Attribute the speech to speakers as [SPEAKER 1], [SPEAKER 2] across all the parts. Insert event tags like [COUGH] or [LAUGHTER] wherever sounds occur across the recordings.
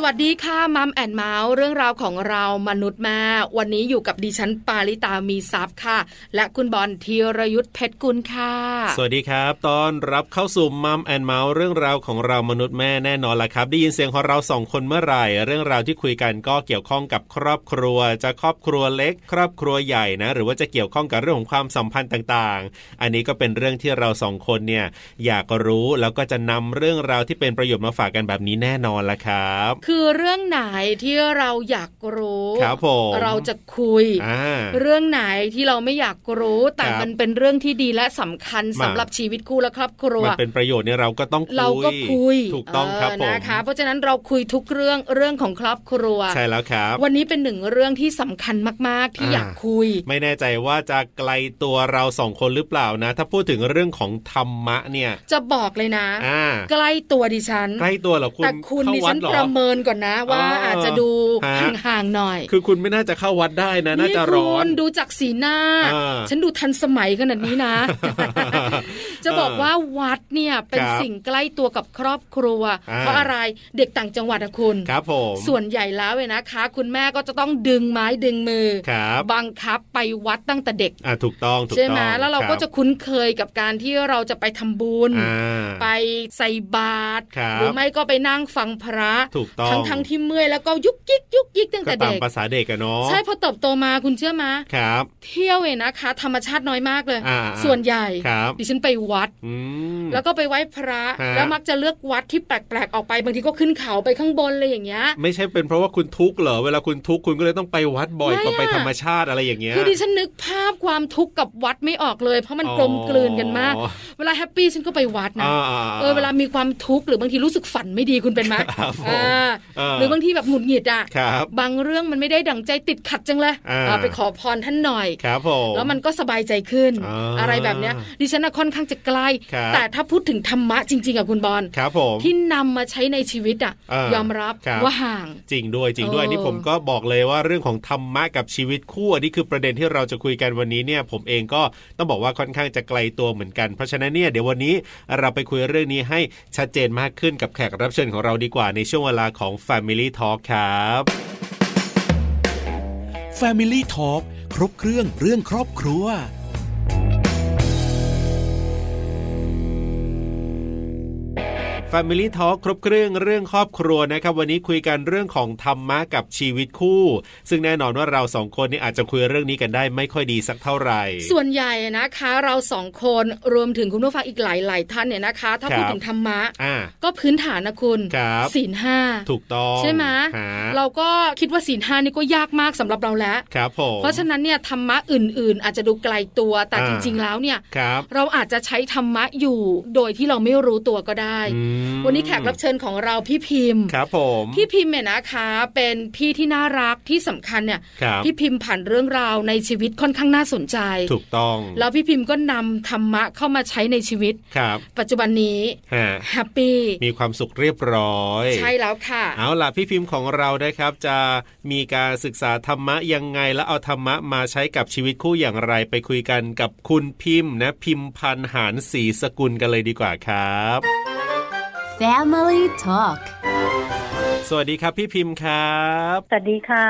[SPEAKER 1] สวัสดีค่ะมัมแอนเมาส์เรื่องราวของเรามนุษย์แม่วันนี้อยู่กับดิฉันปาริตามีซัพย์ค่ะ และคุณบอลธีรยุทธเพชรกุลค่ะ
[SPEAKER 2] สวัสดีครับต้อนรับเข้าสู่มัมแอนเมาส์เรื่องราวของเรามนุษย์แม่แน่นอนละครับ ได้ยินเสียงของเราสองคนเมื่อไหร่ เรื่องราวที่คุยกันก็เกี่ยวข้องกับครอบครัว จะครอบครัวเล็ก ครอบครัวใหญ่นะ หรือว่าจะเกี่ยวข้องกับเรื่องของความสัมพันธ์ต่างๆ อันนี้ก็เป็นเรื่องที่เราสองคนเนี่ยอยากรู้แล้วก็จะนำเรื่องราวที่เป็นประโยชน์มาฝากกันแบบนี้แน่นอนละครับ
[SPEAKER 1] คือเรื่องไหนที่เราอยากรู้
[SPEAKER 2] ครับผม
[SPEAKER 1] เราจะคุย
[SPEAKER 2] อ่า
[SPEAKER 1] เรื่องไหนที่เราไม่อยากรู้แต่
[SPEAKER 2] ครับ
[SPEAKER 1] มันเป็นเรื่องที่ดีและสำคัญ
[SPEAKER 2] มา
[SPEAKER 1] สำหรับชีวิตคู่และครอบครัว
[SPEAKER 2] มันเป็นประโยชน์เนี่ยเราก็ต้องคุย
[SPEAKER 1] เราก็คุย
[SPEAKER 2] ถูกต้องครับ
[SPEAKER 1] เ
[SPEAKER 2] ผม
[SPEAKER 1] นะคะ เพราะฉะนั้นเราคุยทุกเรื่องเรื่องของครอบครัว
[SPEAKER 2] ใช่แล้วครับ
[SPEAKER 1] วันนี้เป็นหนึ่งเรื่องที่สำคัญมาก ๆ ที่
[SPEAKER 2] อ่า
[SPEAKER 1] อยากคุย
[SPEAKER 2] ไม่แน่ใจว่าจะไกลตัวเราสองคนหรือเปล่านะ ถ้าพูดถึงเรื่องของธรรมะเนี่ย
[SPEAKER 1] จะบอกเลยนะ
[SPEAKER 2] อ่า
[SPEAKER 1] ใกล้ตัวดิฉัน
[SPEAKER 2] ใกล้ตัวเหรอคุณ
[SPEAKER 1] แต่คุณ
[SPEAKER 2] เข้า
[SPEAKER 1] ดิฉั
[SPEAKER 2] วัด
[SPEAKER 1] น
[SPEAKER 2] เหรอ
[SPEAKER 1] ประเมินก่อนนะ ว่า
[SPEAKER 2] อ๋ออ
[SPEAKER 1] อาจจะดู
[SPEAKER 2] ฮะ
[SPEAKER 1] ห่างๆหน่อย
[SPEAKER 2] คือคุณไม่น่าจะเข้าวัดได้นะ น่าจะ
[SPEAKER 1] คุณ
[SPEAKER 2] ร้อน
[SPEAKER 1] ดูจากสีหน้า
[SPEAKER 2] อ่า
[SPEAKER 1] ฉันดูทันสมัยขนาดนี้นะ จะบอกว่าวัดเนี่ยเป็น
[SPEAKER 2] ครับ
[SPEAKER 1] สิ่งใกล้ตัวกับครอบครัว
[SPEAKER 2] อ่า
[SPEAKER 1] เพราะอะไรเด็กต่างจังหวัดอะคุณ
[SPEAKER 2] ครับผม
[SPEAKER 1] ส่วนใหญ่แล้วเว้ยนะคะ คุณแม่ก็จะต้องดึงไม้ดึงมือ
[SPEAKER 2] ครับ
[SPEAKER 1] บังคับไปวัดตั้งแต่เด็ก
[SPEAKER 2] อ่าถูกต้องถูกต้อง
[SPEAKER 1] ใช่ไหมแล้วเราก็
[SPEAKER 2] คบ
[SPEAKER 1] จะคุ้นเคยกับการที่เราจะไปทำบุญ
[SPEAKER 2] อ่า
[SPEAKER 1] ไปใส่บาตร
[SPEAKER 2] ครับ
[SPEAKER 1] หรือไม่ก็ไปนั่งฟังพระ
[SPEAKER 2] ถูกต้อง
[SPEAKER 1] ทั้งทั้งที่เมื่อยแล้วก็ยุกยิกยุกยิกตั้ง
[SPEAKER 2] ก็
[SPEAKER 1] แต่
[SPEAKER 2] ตาม
[SPEAKER 1] เด็ก
[SPEAKER 2] ภาษาเด็กอะเนาะ
[SPEAKER 1] ใช่พอเติบโตมาคุณเชื่อไหม
[SPEAKER 2] ครับ
[SPEAKER 1] เที่ยวเองนะคะ ธรรมชาติน้อยมากเลย
[SPEAKER 2] อ่า
[SPEAKER 1] ส่วนใหญ่
[SPEAKER 2] ครับ
[SPEAKER 1] ดิฉันไปวัด
[SPEAKER 2] อืม
[SPEAKER 1] แล้วก็ไปไหว้พระ
[SPEAKER 2] ฮะ
[SPEAKER 1] แล้วมักจะเลือกวัดที่แปลกๆออกไปบางทีก็ขึ้นเขาไปข้างบนเลยอย่างเงี้ย
[SPEAKER 2] ไม่ใช่เป็นเพราะว่าคุณทุกข์เหรอเวลาคุณทุกข์คุณก็เลยต้องไปวัดบ่อย
[SPEAKER 1] ไม่
[SPEAKER 2] กว่าไป
[SPEAKER 1] อะ
[SPEAKER 2] ธรรมชาติอะไรอย่างเงี้ย
[SPEAKER 1] คือดิฉันนึกภาพความทุกข์กับวัดไม่ออกเลย เพราะมันกลมกลืนกันมาก
[SPEAKER 2] อ๋อ
[SPEAKER 1] เวลาแฮปปี้ฉันก็ไปวัดนะ
[SPEAKER 2] อ่าอ่
[SPEAKER 1] เออเวลามีความทุกข์หรือบางทีรู้สึกฝันไม่ดีคุณเป็นไหม
[SPEAKER 2] ครับผม
[SPEAKER 1] อ่า
[SPEAKER 2] เห
[SPEAKER 1] รือบางทีแบบหงุดหงิดอ่ะ
[SPEAKER 2] ครับ
[SPEAKER 1] บางเรื่องมันไม่ได้ดั่งใจติดขัดจังเลย
[SPEAKER 2] อ่า
[SPEAKER 1] อ่าไปขอพรท่านหน่อย
[SPEAKER 2] ครับผม
[SPEAKER 1] แล้วมันก็สบายใจขึ้น
[SPEAKER 2] อ่า
[SPEAKER 1] อะไรแบบเนี้ยดิฉันน่ะค่อนข้างจะใกล้
[SPEAKER 2] ครับ
[SPEAKER 1] แต่ถ้าพูดถึงธรรมะจริงๆอะคุณบอล
[SPEAKER 2] ครับผม
[SPEAKER 1] ที่นำมาใช้ในชีวิตอะ
[SPEAKER 2] อ่าย
[SPEAKER 1] ยอมรับ
[SPEAKER 2] ครับ
[SPEAKER 1] ว่าห่าง
[SPEAKER 2] จริงด้วยจริงด้วย
[SPEAKER 1] เออ
[SPEAKER 2] นี่ผมก็บอกเลยว่าเรื่องของธรรมะกับชีวิตคู่อันนี่คือประเด็นที่เราจะคุยกันวันนี้เนี่ยผมเองก็ต้องบอกว่าค่อนข้างจะไกลตัวเหมือนกันเพราะฉะนั้นเนี่ยเดี๋ยววันนี้เราไปคุยเรื่องนี้ให้ชัดเจนมากขึ้นกับแขกรับเชิญของเราดีกว่าในช่วงเวลาของ Family Talk ครับ
[SPEAKER 3] Family Talk ครบเครื่องเรื่องครอบครัว
[SPEAKER 2] Family Talk ครบเครื่องเรื่องครอบครัวนะครับ วันนี้คุยกันเรื่องของธรรมะกับชีวิตคู่ ซึ่งแน่นอนว่าเราสองคนนี่อาจจะคุยเรื่องนี้กันได้ไม่ค่อยดีสักเท่าไหร่
[SPEAKER 1] ส่วนใหญ่นะคะเราสองคนรวมถึงคุณผู้ฟังอีกหลายๆท่านเนี่ยนะคะ ถ้า
[SPEAKER 2] ครับ
[SPEAKER 1] พูดถึงธรรมะ
[SPEAKER 2] อ่า
[SPEAKER 1] ก็พื้นฐานนะคุณ
[SPEAKER 2] ครับ
[SPEAKER 1] ศีลห้า
[SPEAKER 2] ถูกต้อง
[SPEAKER 1] ใช่ไหม
[SPEAKER 2] ฮะ
[SPEAKER 1] เราก็คิดว่าศีลห้านี่ก็ยากมากสำหรับเราแล้ว
[SPEAKER 2] ครับผม
[SPEAKER 1] เพราะฉะนั้นเนี่ยธรรมะอื่น ๆ อาจจะดูไกลตัวแต่
[SPEAKER 2] อ่า
[SPEAKER 1] จริง ๆ แล้วเนี่ย
[SPEAKER 2] ครับ
[SPEAKER 1] เราอาจจะใช้ธรรมะอยู่โดยที่เราไม่รู้ตัวก็ได้
[SPEAKER 2] อืม
[SPEAKER 1] วันนี้แขกรับเชิญของเราพี่พิมพ์ [LAUGHS]
[SPEAKER 2] ครับผม
[SPEAKER 1] พี่พิมพ์เนี่ยนะคะ เป็นพี่ที่น่ารักที่สำคัญเนี่ย
[SPEAKER 2] ครับ
[SPEAKER 1] พี่พิมพ์ผ่านเรื่องราวในชีวิตค่อนข้างน่าสนใจ
[SPEAKER 2] ถูกต้อง
[SPEAKER 1] แล้วพี่พิมพ์ก็นำธรรมะเข้ามาใช้ในชีวิต
[SPEAKER 2] ครับ
[SPEAKER 1] ปัจจุบันนี้
[SPEAKER 2] ฮะ
[SPEAKER 1] แฮปปี้
[SPEAKER 2] มีความสุขเรียบร้อย
[SPEAKER 1] ใช่แล้วค่ะ
[SPEAKER 2] เอาล่ะพี่พิมพ์ของเรานะครับ จะมีการศึกษาธรรมะยังไง แล้วเอาธรรมะมาใช้กับชีวิตคู่อย่างไรไปคุยกันกับคุณพิมพ์นะพิมพ์พันธ์หารสีสกุลกันเลยดีกว่าครับ
[SPEAKER 4] Family Talk
[SPEAKER 2] สวัสดีครับพี่พิมพ์ครับ
[SPEAKER 5] สวัสดีค่ะ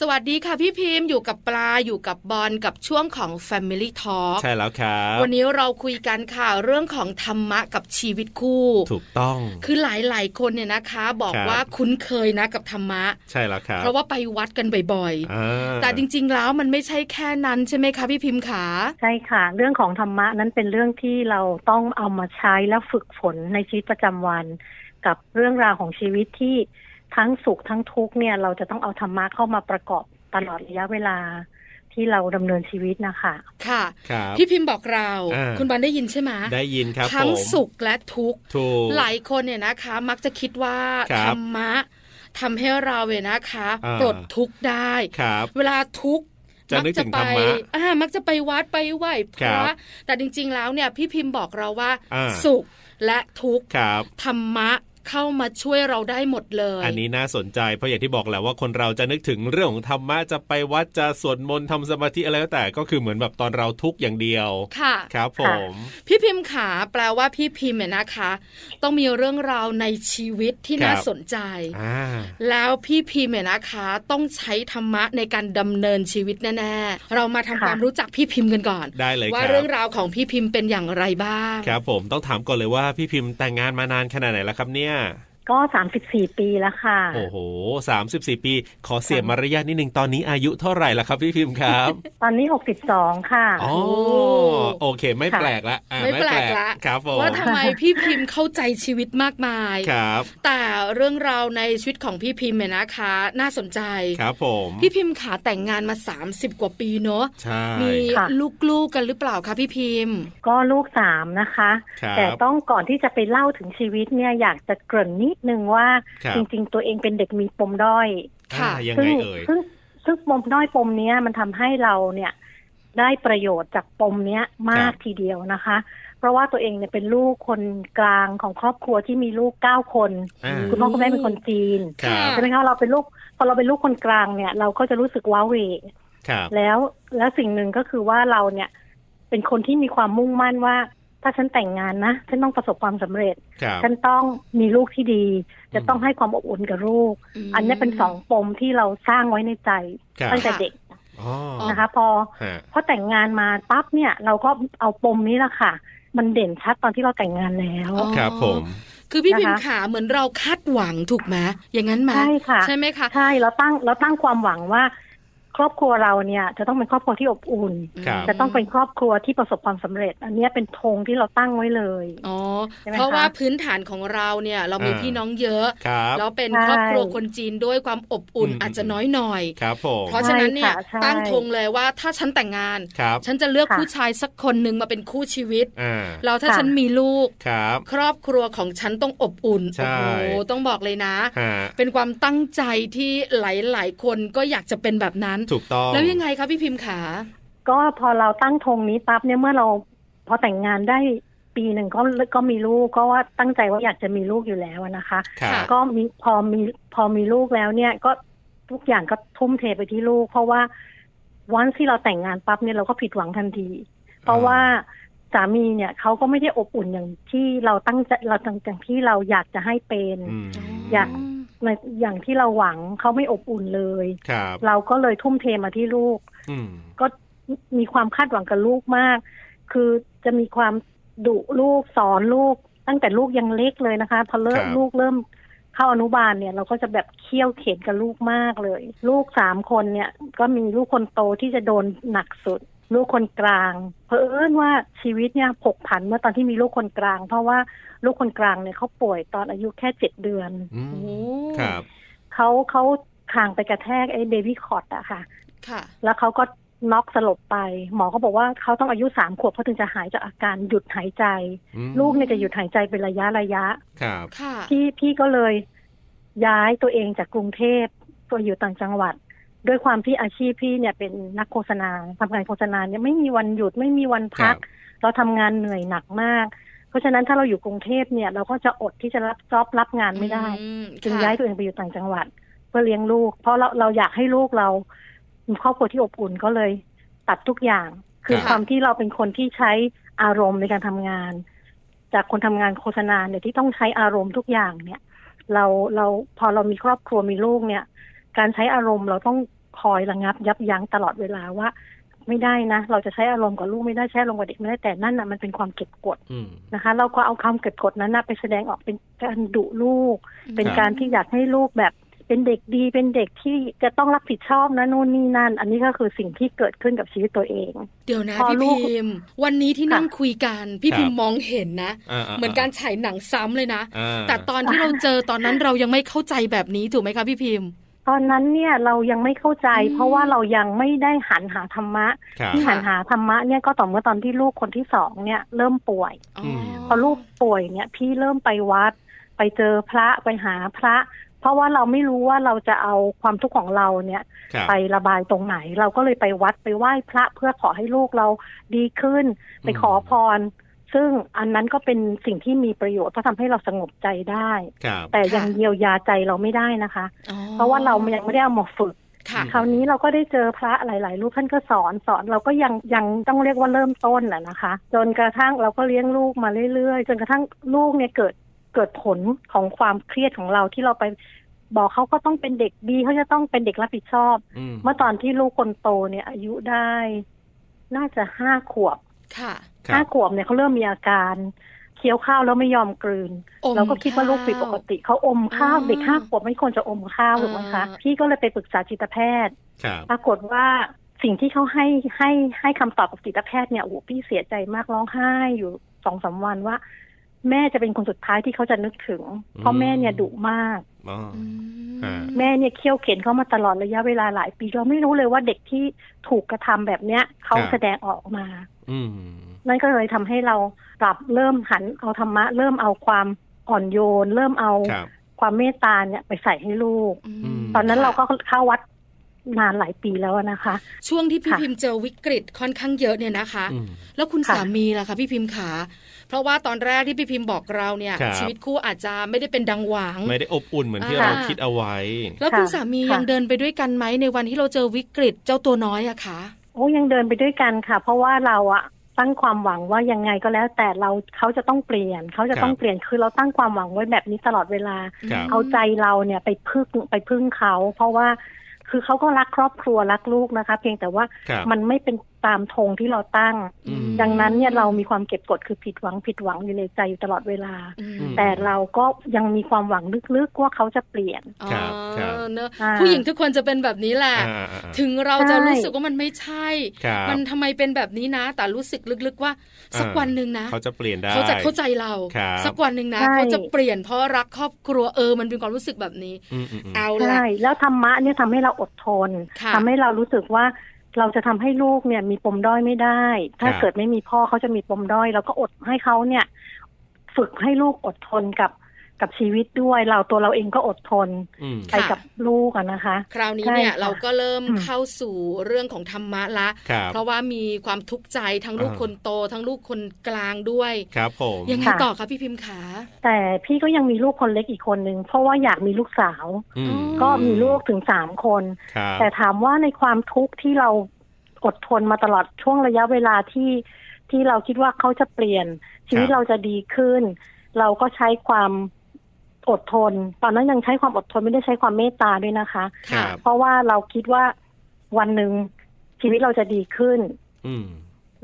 [SPEAKER 1] สวัสดีค่ะพี่พิมพ์อยู่กับปลาอยู่กับบอลกับช่วงของ Family Talk
[SPEAKER 2] ใช่แล้วครับ
[SPEAKER 1] วันนี้เราคุยกันค่ะเรื่องของธรรมะกับชีวิตคู่
[SPEAKER 2] ถูกต้อง
[SPEAKER 1] คือหลายๆคนเนี่ยนะคะ บอก
[SPEAKER 2] ครับ
[SPEAKER 1] ว่าคุ้นเคยนะกับธรรมะ
[SPEAKER 2] ใช่แล้วครับ
[SPEAKER 1] เพราะว่าไปวัดกันบ่อย
[SPEAKER 2] อ่า
[SPEAKER 1] ๆ แต่จริงๆแล้วมันไม่ใช่แค่นั้นใช่ไหมคะพี่พิมพ์ขา
[SPEAKER 5] ใช่ค่ะ เรื่องของธรรมะนั้นเป็นเรื่องที่เราต้องเอามาใช้และฝึกฝนในชีวิตประจำวัน กับเรื่องราวของชีวิตที่ทั้งสุขทั้งทุกข์เนี่ย เราจะต้องเอาธรรมะเข้ามาประกอบตลอดระยะเวลาที่เราดำเนินชีวิตนะคะ
[SPEAKER 1] ค่ะ
[SPEAKER 2] ครับ
[SPEAKER 1] พี่พิมพ์บอกเรา
[SPEAKER 2] อ่า
[SPEAKER 1] คุณบอลได้ยินใช่ไหม
[SPEAKER 2] ได้ยินครับ
[SPEAKER 1] ทั้ง
[SPEAKER 2] ผม
[SPEAKER 1] สุขและทุกข์
[SPEAKER 2] ถูก
[SPEAKER 1] หลายคนเนี่ยนะคะ มักจะคิดว่า
[SPEAKER 2] ครั
[SPEAKER 1] ธ
[SPEAKER 2] บ
[SPEAKER 1] รรมะทำให้เราเนี่ยนะคะ
[SPEAKER 2] อ่า
[SPEAKER 1] ปลดทุกข์ได้
[SPEAKER 2] ครับ
[SPEAKER 1] เวลาทุกข์
[SPEAKER 2] จะนึกถึงธรรมะ
[SPEAKER 1] อ่ามักจะไปวัดไปไหว้พ
[SPEAKER 2] ครั
[SPEAKER 1] ระ
[SPEAKER 2] บ
[SPEAKER 1] แต่จริงๆแล้วเนี่ยพี่พิมพ์บอกเราว่า
[SPEAKER 2] อ่า
[SPEAKER 1] สุขและทุกข์
[SPEAKER 2] ครับ
[SPEAKER 1] ธรรมะ เข้ามาช่วยเราได้หมดเลย
[SPEAKER 2] อันนี้น่าสนใจเพราะอย่างที่บอกแหละว่าคนเราจะนึกถึงเรื่องของธรรมะจะไปวัดจะสวดมนต์ทำสมาธิอะไรก็แต่ก็คือเหมือนแบบตอนเราทุกข์อย่างเดียว
[SPEAKER 1] ค่ะ
[SPEAKER 2] ครับผม
[SPEAKER 1] พี่พิมพ์ขาแปลว่าพี่พิมพ์เนี่ยนะคะ ต้องมีเรื่องราวในชีวิตที่
[SPEAKER 2] ครับ
[SPEAKER 1] น่าสนใจ
[SPEAKER 2] อ่า
[SPEAKER 1] แล้วพี่พิมพ์เนี่ยนะคะ ต้องใช้ธรรมะในการดำเนินชีวิตแน่ๆเรามาทำ
[SPEAKER 5] ค่ะ
[SPEAKER 1] ความรู้จักพี่พิมพ์กันก่อน
[SPEAKER 2] ได้เลย
[SPEAKER 1] ว่า
[SPEAKER 2] ครั
[SPEAKER 1] เรื่
[SPEAKER 2] บ
[SPEAKER 1] องราวของพี่พิมพ์เป็นอย่างไรบ้าง
[SPEAKER 2] ครับผมต้องถามก่อนเลยว่าพี่พิมพ์แต่งงานมานานขนาดไหนแล้วครับเนี่ย
[SPEAKER 5] ก็สามสิบสี่ปีแล้วค่ะ
[SPEAKER 2] โอ้โหสามสิบสี่ปี ขอเสียมารยาทนิดนึงตอนนี้อายุเท่าไหร่แล้วครับ พี่พิมพ์ครับ
[SPEAKER 5] ตอนนี้หกสิบสองค่ะ
[SPEAKER 2] อ๋อโอเค ไม่
[SPEAKER 5] ค่ะ
[SPEAKER 2] แปลกละอ่า
[SPEAKER 1] ไม่แปลกละ
[SPEAKER 2] ครับผม
[SPEAKER 1] ว่าทำไมพี่พิมพ์เข้าใจชีวิตมากมาย
[SPEAKER 2] ครับ
[SPEAKER 1] แต่เรื่องราวในชีวิตของพี่พิมพ์เนี่ยนะคะ น่าสนใจ
[SPEAKER 2] ครับผม
[SPEAKER 1] พี่พิมพ์ขาแต่งงานมา 30 กว่าปีเนอะ
[SPEAKER 2] ใช่
[SPEAKER 1] มี
[SPEAKER 5] ค่ะ
[SPEAKER 1] ลูกๆกันหรือเปล่าคะพี่พิมพ์
[SPEAKER 5] ก็ลูกสามนะคะ
[SPEAKER 2] ครั
[SPEAKER 5] แต่
[SPEAKER 2] บ
[SPEAKER 5] ต้องก่อนที่จะไปเล่าถึงชีวิตเนี่ยอยากจะเกริ่นนิดนึงว่า
[SPEAKER 2] ครับ
[SPEAKER 5] จริง ๆ ตัวเองเป็นเด็กมีปมด้อย
[SPEAKER 2] อ่า
[SPEAKER 1] ค่ะ
[SPEAKER 2] ยัง
[SPEAKER 5] ซึ่
[SPEAKER 2] ไง
[SPEAKER 5] ง
[SPEAKER 2] เอ่ย
[SPEAKER 5] ซึ่งซึ่งปมด้อยปมเนี้ยมันทำให้เราเนี่ยได้ประโยชน์จากปมเนี้ยมากทีเดียวนะคะ เพราะว่าตัวเองเนี่ยเป็นลูกคนกลางของครอบครัวที่มีลูกเก้าคน
[SPEAKER 2] อ่า
[SPEAKER 5] คุณพ่อคุณแม่เป็นคนจีน
[SPEAKER 2] ครับ
[SPEAKER 5] ใช่ไหมคะเราเป็นลูกพอเราเป็นลูกคนกลางเนี่ย เราก็จะรู้สึกว้าเหว
[SPEAKER 2] ครับ
[SPEAKER 5] แล้วแล้วสิ่งหนึ่งก็คือว่าเราเนี่ย เป็นคนที่มีความมุ่งมั่นว่า ถ้าฉันแต่งงานนะฉันต้องประสบความสำเร็จ
[SPEAKER 2] ครับ
[SPEAKER 5] ฉันต้องมีลูกที่ดี จะต้อง
[SPEAKER 2] อืม
[SPEAKER 5] ให้ความอบอุ่นกับลูก อันเนี้ยเป็นสองปมที่เราสร้างไว้ในใจ
[SPEAKER 2] ครับ
[SPEAKER 5] ตั้งแต่เด็ก
[SPEAKER 2] อ๋อ
[SPEAKER 5] นะคะ พอ
[SPEAKER 2] ฮะ
[SPEAKER 5] พอแต่งงานมาปั๊บเนี่ย เราก็เอาปมนี้แหละค่ะ มันเด่นชัดตอนที่เราแต่งงานแล้ว
[SPEAKER 1] อ๋อ
[SPEAKER 2] ครับผม
[SPEAKER 1] คือพี่พิมพ์
[SPEAKER 5] นะคะ
[SPEAKER 1] ขาเหมือนเราคาดหวังถูกไหมอย่างนั้นไหม
[SPEAKER 5] ใช่ค่ะ
[SPEAKER 1] ใช่ไหมคะ
[SPEAKER 5] ใช่เราตั้งเราตั้งความหวังว่า ครอบครัวเราเนี่ย จะต้องเป็นครอบครัวที่อบอุ่น
[SPEAKER 2] ครับ
[SPEAKER 5] จะต้องเป็นครอบครัวที่ประสบความสำเร็จ อันเนี้ยเป็นธงที่เราตั้งไว้เลย
[SPEAKER 1] อ๋อ
[SPEAKER 5] ใช่ไหมคะ
[SPEAKER 1] เพราะว่าพื้นฐานของเราเนี่ย เรามี
[SPEAKER 2] อ่า
[SPEAKER 1] พี่น้องเยอะ
[SPEAKER 2] ครับ
[SPEAKER 1] แล้วเป็น
[SPEAKER 5] ใช่
[SPEAKER 1] ครอบครัวคนจีนด้วยความอบอุ่น
[SPEAKER 2] อืม
[SPEAKER 1] อาจจะน้อยหน่อย
[SPEAKER 2] ครับผม
[SPEAKER 1] เพราะฉะนั้นเนี่ย
[SPEAKER 5] ใช่ค่ะใช่
[SPEAKER 1] ตั้งธงเลยว่าถ้าฉันแต่งงาน
[SPEAKER 2] ครับ
[SPEAKER 1] ฉันจะเลือก
[SPEAKER 5] ค่ะ
[SPEAKER 1] ผู้ชายสักคนหนึ่งมาเป็นคู่ชีวิต
[SPEAKER 2] อ่า
[SPEAKER 1] เราถ้า
[SPEAKER 5] ค่ะ
[SPEAKER 1] ฉันมีลูก
[SPEAKER 2] ครับ
[SPEAKER 1] ครอบครัวของฉันต้องอบอุ่น
[SPEAKER 2] ใช่
[SPEAKER 1] โอ้โหต้องบอกเลยนะ
[SPEAKER 2] ฮะ
[SPEAKER 1] เป็นความตั้งใจที่หลาย ๆ คนก็อยากจะเป็นแบบนั้น
[SPEAKER 2] ถูกต้อง
[SPEAKER 1] แล้วยังไงคะพี่พิมพ์ขา
[SPEAKER 5] ก็พอเราตั้งธงนี้ปั๊บเนี่ยเมื่อเราพอแต่งงานได้ปีหนึ่งก็ก็มีลูกก็ว่าตั้งใจว่าอยากจะมีลูกอยู่แล้วอะนะคะ
[SPEAKER 2] ครับ
[SPEAKER 5] ก็มีพอมีพอมีลูกแล้วเนี่ยก็ทุกอย่างก็ทุ่มเทไปที่ลูก เพราะว่าวันที่เราแต่งงานปั๊บเนี่ยเราก็ผิดหวังทันที เพราะว่าสามีเนี่ยเขาก็ไม่ได้อบอุ่นอย่างที่เราตั้งใจเราตั้งอย่างที่เราอยากจะให้เป็น
[SPEAKER 2] อืม
[SPEAKER 5] อยากในอย่างที่เราหวังเขาไม่อบอุ่นเลย
[SPEAKER 2] ครับ
[SPEAKER 5] เราก็เลยทุ่มเทมาที่ลูก
[SPEAKER 2] อืม
[SPEAKER 5] ก็มีความคาดหวังกับลูกมาก คือจะมีความดุลูกสอนลูก ตั้งแต่ลูกยังเล็กเลยนะคะ พอเริ่มลูกเริ่มเข้าอนุบาลเนี่ย เราก็จะแบบเคี่ยวเข็นกับลูกมากเลย ลูกสามคนเนี่ย ก็มีลูกคนโตที่จะโดนหนักสุด ลูกคนกลาง เพอเอิญว่าชีวิตเนี่ยผกผันเมื่อตอนที่มีลูกคนกลาง เพราะว่าลูกคนกลางเนี่ยเขาป่วยตอนอายุแค่เจ็ดเดือน
[SPEAKER 2] อืม
[SPEAKER 1] โอ้
[SPEAKER 2] ครับ
[SPEAKER 5] เขาเขาคางไปกระแทกไอ้เบบี้คอร์ดอะค่ะ
[SPEAKER 1] ค่ะ
[SPEAKER 5] แล้วเขาก็น็อกสลบไป หมอก็บอกว่าเขาต้องอายุสามขวบเขาถึงจะหายจากอาการหยุดหายใจ
[SPEAKER 2] อืม
[SPEAKER 5] ลูกเนี่ยจะหยุดหายใจเป็นระยะระยะ
[SPEAKER 2] ครับ
[SPEAKER 1] ค่ะ
[SPEAKER 5] พี่พี่ก็เลยย้ายตัวเองจากกรุงเทพตัวอยู่ต่างจังหวัด ด้วยความที่อาชีพพี่เนี่ยเป็นนักโฆษณาทำงานโฆษณาเนี่ยไม่มีวันหยุดไม่มีวัน
[SPEAKER 2] ครั
[SPEAKER 5] พัก
[SPEAKER 2] บ
[SPEAKER 5] เราทำงานเหนื่อยหนักมาก เพราะฉะนั้นถ้าเราอยู่กรุงเทพเนี่ย เราก็จะอดที่จะรับจ็อบรับงานไม่ได้
[SPEAKER 1] อืม
[SPEAKER 5] จึง
[SPEAKER 1] ค่ะ
[SPEAKER 5] ย้ายตัวเองไปอยู่ต่างจังหวัด เพื่อเลี้ยงลูก เพราะเราเราอยากให้ลูกเรามีครอบครัวที่อบอุ่นก็เลยตัดทุกอย่าง คือ
[SPEAKER 2] ครับ
[SPEAKER 5] ความที่เราเป็นคนที่ใช้อารมณ์ในการทำงาน จากคนทำงานโฆษณาเนี่ยที่ต้องใช้อารมณ์ทุกอย่างเนี่ย เราเราพอเรามีครอบครัวมีลูกเนี่ย การใช้อารมณ์เราต้องคอยระงับ ยับยั้งตลอดเวลาว่า ไม่ได้นะ เราจะใช้อารมณ์กับลูกไม่ได้ใช้อารมณ์กับเด็กไม่ได้แต่นั่นนะมันเป็นความเก็บกด
[SPEAKER 2] อืม
[SPEAKER 5] นะคะ เราก็เอาความเก็บกดนั้นนะไปแสดงออกเป็นการดุลูก เป็น
[SPEAKER 2] ครับ
[SPEAKER 5] การที่อยากให้ลูกแบบเป็นเด็กดีเป็นเด็กที่จะต้องรับผิดชอบนะนู่นนี่นั่น อันนี้ก็คือสิ่งที่เกิดขึ้นกับชีวิตตัวเอง
[SPEAKER 1] เดี๋ยวนะ
[SPEAKER 5] พอ
[SPEAKER 1] พี่
[SPEAKER 5] ลูก
[SPEAKER 1] พิมพ์ วันนี้ที่นั่ง
[SPEAKER 5] ค่ะ
[SPEAKER 1] คุยกัน พี่
[SPEAKER 2] ครับ
[SPEAKER 1] พิมพ์มองเห็นนะ
[SPEAKER 2] อ่าๆๆ
[SPEAKER 1] เหมือนการฉายหนังซ้ำเลยนะ
[SPEAKER 2] อ่า
[SPEAKER 1] แต่ตอนที่เราเจอตอนนั้นเรายังไม่เข้าใจแบบนี้ถูกไหมคะพี่พิมพ์
[SPEAKER 5] ตอนนั้นเนี่ยเรายังไม่เข้าใจ
[SPEAKER 1] อืม
[SPEAKER 5] เพราะว่าเรายังไม่ได้หันหาธรรมะ
[SPEAKER 2] ครับ
[SPEAKER 5] ที่หันหาธรรมะเนี่ยก็ต่อเมื่อตอนที่ลูกคนที่สองเนี่ยเริ่มป่วย
[SPEAKER 1] อ๋อ
[SPEAKER 2] ม
[SPEAKER 5] พอลูกป่วยเนี่ยพี่เริ่มไปวัด ไปเจอพระไปหาพระ เพราะว่าเราไม่รู้ว่าเราจะเอาความทุกข์ของเราเนี่ย
[SPEAKER 2] ครับ
[SPEAKER 5] ไประบายตรงไหน เราก็เลยไปวัดไปไหว้พระเพื่อขอให้ลูกเราดีขึ้น ไปขอพร ซึ่งอันนั้นก็เป็นสิ่งที่มีประโยชน์เพราะทำให้เราสงบใจได้
[SPEAKER 2] ครับ
[SPEAKER 5] แต่ยัง
[SPEAKER 1] ค่ะ
[SPEAKER 5] เยียวยาใจเราไม่ได้นะคะ
[SPEAKER 1] อ๋อ
[SPEAKER 5] เพราะว่าเรายังไม่ได้เอามาฝึก
[SPEAKER 1] ค่ะ
[SPEAKER 5] คราวนี้เราก็ได้เจอพระหลาย ๆ รูปท่านก็สอนสอนเราก็ยังยังต้องเรียกว่าเริ่มต้นแหละนะคะ จนกระทั่งเราก็เลี้ยงลูกมาเรื่อย ๆ จนกระทั่งลูกเนี่ยเกิดเกิดผลของความเครียดของเราที่เราไปบอกเขาก็ต้องเป็นเด็กดีเขาจะต้องเป็นเด็กรับผิดชอบ
[SPEAKER 2] อืม
[SPEAKER 5] เมื่อตอนที่ลูกคนโตเนี่ยอายุได้ น่าจะห้าขวบ
[SPEAKER 1] ค่ะ
[SPEAKER 2] ครั
[SPEAKER 5] ห้า
[SPEAKER 2] บ
[SPEAKER 5] ขวบเนี่ยเขาเริ่มมีอาการเคี้ยวข้าวแล้วไม่ยอมกลืน
[SPEAKER 1] อม
[SPEAKER 5] เราก็คิดว่าลูกผิดปกติเขาอมข้าว
[SPEAKER 1] อ๋อ
[SPEAKER 5] เด็กห้าขวบไม่ควรจะอมข้าว
[SPEAKER 1] อ่า
[SPEAKER 5] ถูกไหมคะพี่ก็เลยไปปรึกษาจิตแพทย์
[SPEAKER 2] ครับ
[SPEAKER 5] ปรากฏว่าสิ่งที่เขาให้ให้ให้คำตอบกับจิตแพทย์เนี่ยโอ้โหพี่เสียใจมากร้องไห้อยู่สองสามวันว่า แม่จะเป็นคนสุดท้ายที่เขาจะนึกถึง เพราะแม่เนี่ยดุมาก
[SPEAKER 2] อ๋อ
[SPEAKER 1] อืม
[SPEAKER 2] อ่า
[SPEAKER 5] แม่เนี่ยเคี่ยวเข็นเขามาตลอดระยะเวลาหลายปีเราไม่รู้เลยว่าเด็กที่ถูกกระทำแบบเนี้ยเขา
[SPEAKER 2] ครับ
[SPEAKER 5] แสดงออกมา
[SPEAKER 2] อืม
[SPEAKER 5] นั่นก็เลยทำให้เราปรับเริ่มหันเอาธรรมะ เริ่มเอาความอ่อนโยน เริ่มเอา
[SPEAKER 2] ครับ
[SPEAKER 5] ความเมตตาเนี่ยไปใส่ให้ลูก
[SPEAKER 1] ม
[SPEAKER 2] อืม
[SPEAKER 5] ตอนนั้น
[SPEAKER 1] ค่ะ
[SPEAKER 5] เราก็เข้าวัดนานหลายปีแล้วอะนะคะ
[SPEAKER 1] ช่วงที่พี่
[SPEAKER 5] ค่ะ
[SPEAKER 1] พิมพ์เจอวิกฤตค่อนข้างเยอะเนี่ยนะคะ
[SPEAKER 2] อืม
[SPEAKER 1] แล้วคุณ
[SPEAKER 5] ค่ะ
[SPEAKER 1] สามีล่ะคะพี่พิมพ์ขา เพราะว่าตอนแรกที่พี่พิมพ์บอกเราเนี่ย
[SPEAKER 2] ครับ
[SPEAKER 1] ชีวิตคู่อาจจะไม่ได้เป็นดังหวัง
[SPEAKER 2] ไม่ได้อบอุ่นเหมือนที่
[SPEAKER 1] อ่า
[SPEAKER 2] เราคิดเอาไว้
[SPEAKER 1] แล้วคุณสามี
[SPEAKER 5] ค่ะ
[SPEAKER 1] ยังเดินไปด้วยกันไหมในวันที่เราเจอวิกฤตเจ้าตัวน้อยอะคะ
[SPEAKER 5] โอ้ยังเดินไปด้วยกันค่ะ เพราะว่าเราอะตั้งความหวังว่ายังไงก็แล้ว แต่เราเขาจะต้องเปลี่ยนเขาจะต้อง
[SPEAKER 2] ครับ
[SPEAKER 5] เปลี่ยนคือเราตั้งความหวังไว้แบบนี้ตลอดเวลา
[SPEAKER 2] ครับ
[SPEAKER 5] เอาใจเราเนี่ยไปพึ่งไปพึ่งเขา เพราะว่าคือเขาก็รักครอบครัวรักลูกนะคะ เพียงแต่ว่า
[SPEAKER 2] ครับ
[SPEAKER 5] มันไม่เป็นตามธงที่เราตั้ง
[SPEAKER 2] อืม
[SPEAKER 5] ดังนั้นเนี่ยเรามีความเก็บกดคือผิดหวังผิดหวังอยู่ในใจอยู่ตลอดเวลา
[SPEAKER 1] อืม
[SPEAKER 2] อืม
[SPEAKER 5] แต่เราก็ยังมีความหวังลึกๆว่าเขาจะเปลี่ยน
[SPEAKER 1] อ๋อ
[SPEAKER 2] ครับครับ
[SPEAKER 1] เนอะ
[SPEAKER 5] อ่า
[SPEAKER 1] ผู้หญิงทุกคนจะเป็นแบบนี้แหละ
[SPEAKER 2] อ่าอ่าอ่า
[SPEAKER 1] ถึงเราจะ
[SPEAKER 5] ใช่
[SPEAKER 1] รู้สึกว่ามันไม่ใช่
[SPEAKER 2] ครับ
[SPEAKER 1] มันทำไมเป็นแบบนี้นะ แต่รู้สึกลึกๆว่าสัก
[SPEAKER 2] อ่า
[SPEAKER 1] วันหนึ่งนะ
[SPEAKER 2] เขาจะเปลี่ยนได้
[SPEAKER 1] เขาจะเข้าใจเรา
[SPEAKER 2] ครับ
[SPEAKER 1] สักวันหนึ่งนะ
[SPEAKER 5] ใช่
[SPEAKER 1] เขาจะเปลี่ยนเพราะรักครอบครัวเออมันเป็นความรู้สึกแบบนี้
[SPEAKER 2] อืมอืมอืม
[SPEAKER 1] เอาละ
[SPEAKER 5] ใช่แล้วธรรมะเนี่ยทำให้เราอดทน
[SPEAKER 1] ค่ะ
[SPEAKER 5] ทำให้เรารู้สึกว่าเราจะทำให้ลูกเนี่ยมีปมด้อยไม่ได้ ถ้า
[SPEAKER 2] ครับ
[SPEAKER 5] เกิดไม่มีพ่อเขาจะมีปมด้อยเราก็อดให้เขาเนี่ย ฝึกให้ลูกอดทนกับกับชีวิตด้วย เราตัวเราเองก็อดทน
[SPEAKER 2] อืม
[SPEAKER 5] ไป
[SPEAKER 1] ค่ะ
[SPEAKER 5] กับลูกอะนะคะ
[SPEAKER 1] คราวนี้
[SPEAKER 5] ใช่
[SPEAKER 1] เนี่ย
[SPEAKER 5] ค่ะ
[SPEAKER 1] เราก็เริ่ม
[SPEAKER 5] อืม
[SPEAKER 1] เข้าสู่เรื่องของธรรมะละ
[SPEAKER 2] ครับ
[SPEAKER 1] เพราะว่ามีความทุกข์ใจทั้งลูก
[SPEAKER 2] อ่า
[SPEAKER 1] คนโต ทั้งลูกคนกลางด้วย
[SPEAKER 2] ครับผม
[SPEAKER 1] ยังไง
[SPEAKER 5] ค่ะ
[SPEAKER 1] ต่อคะพี่พิมพ์ขา
[SPEAKER 5] แต่พี่ก็ยังมีลูกคนเล็กอีกคนนึงเพราะว่าอยากมีลูกสาว
[SPEAKER 2] อืม
[SPEAKER 5] ก็มีลูกถึงสามคน
[SPEAKER 2] ครับ
[SPEAKER 5] แต่ถามว่าในความทุกข์ที่เราอดทนมาตลอดช่วงระยะเวลาที่ที่เราคิดว่าเขาจะเปลี่ยน ชีวิตเราจะดีขึ้น เราก็ใช้ความอดทน ตอนนั้นยังใช้ความอดทนไม่ได้ใช้ความเมตตาด้วยนะคะ
[SPEAKER 2] ครับ
[SPEAKER 5] เพราะว่าเราคิดว่าวันหนึ่งชีวิตเราจะดีขึ้น
[SPEAKER 2] อืม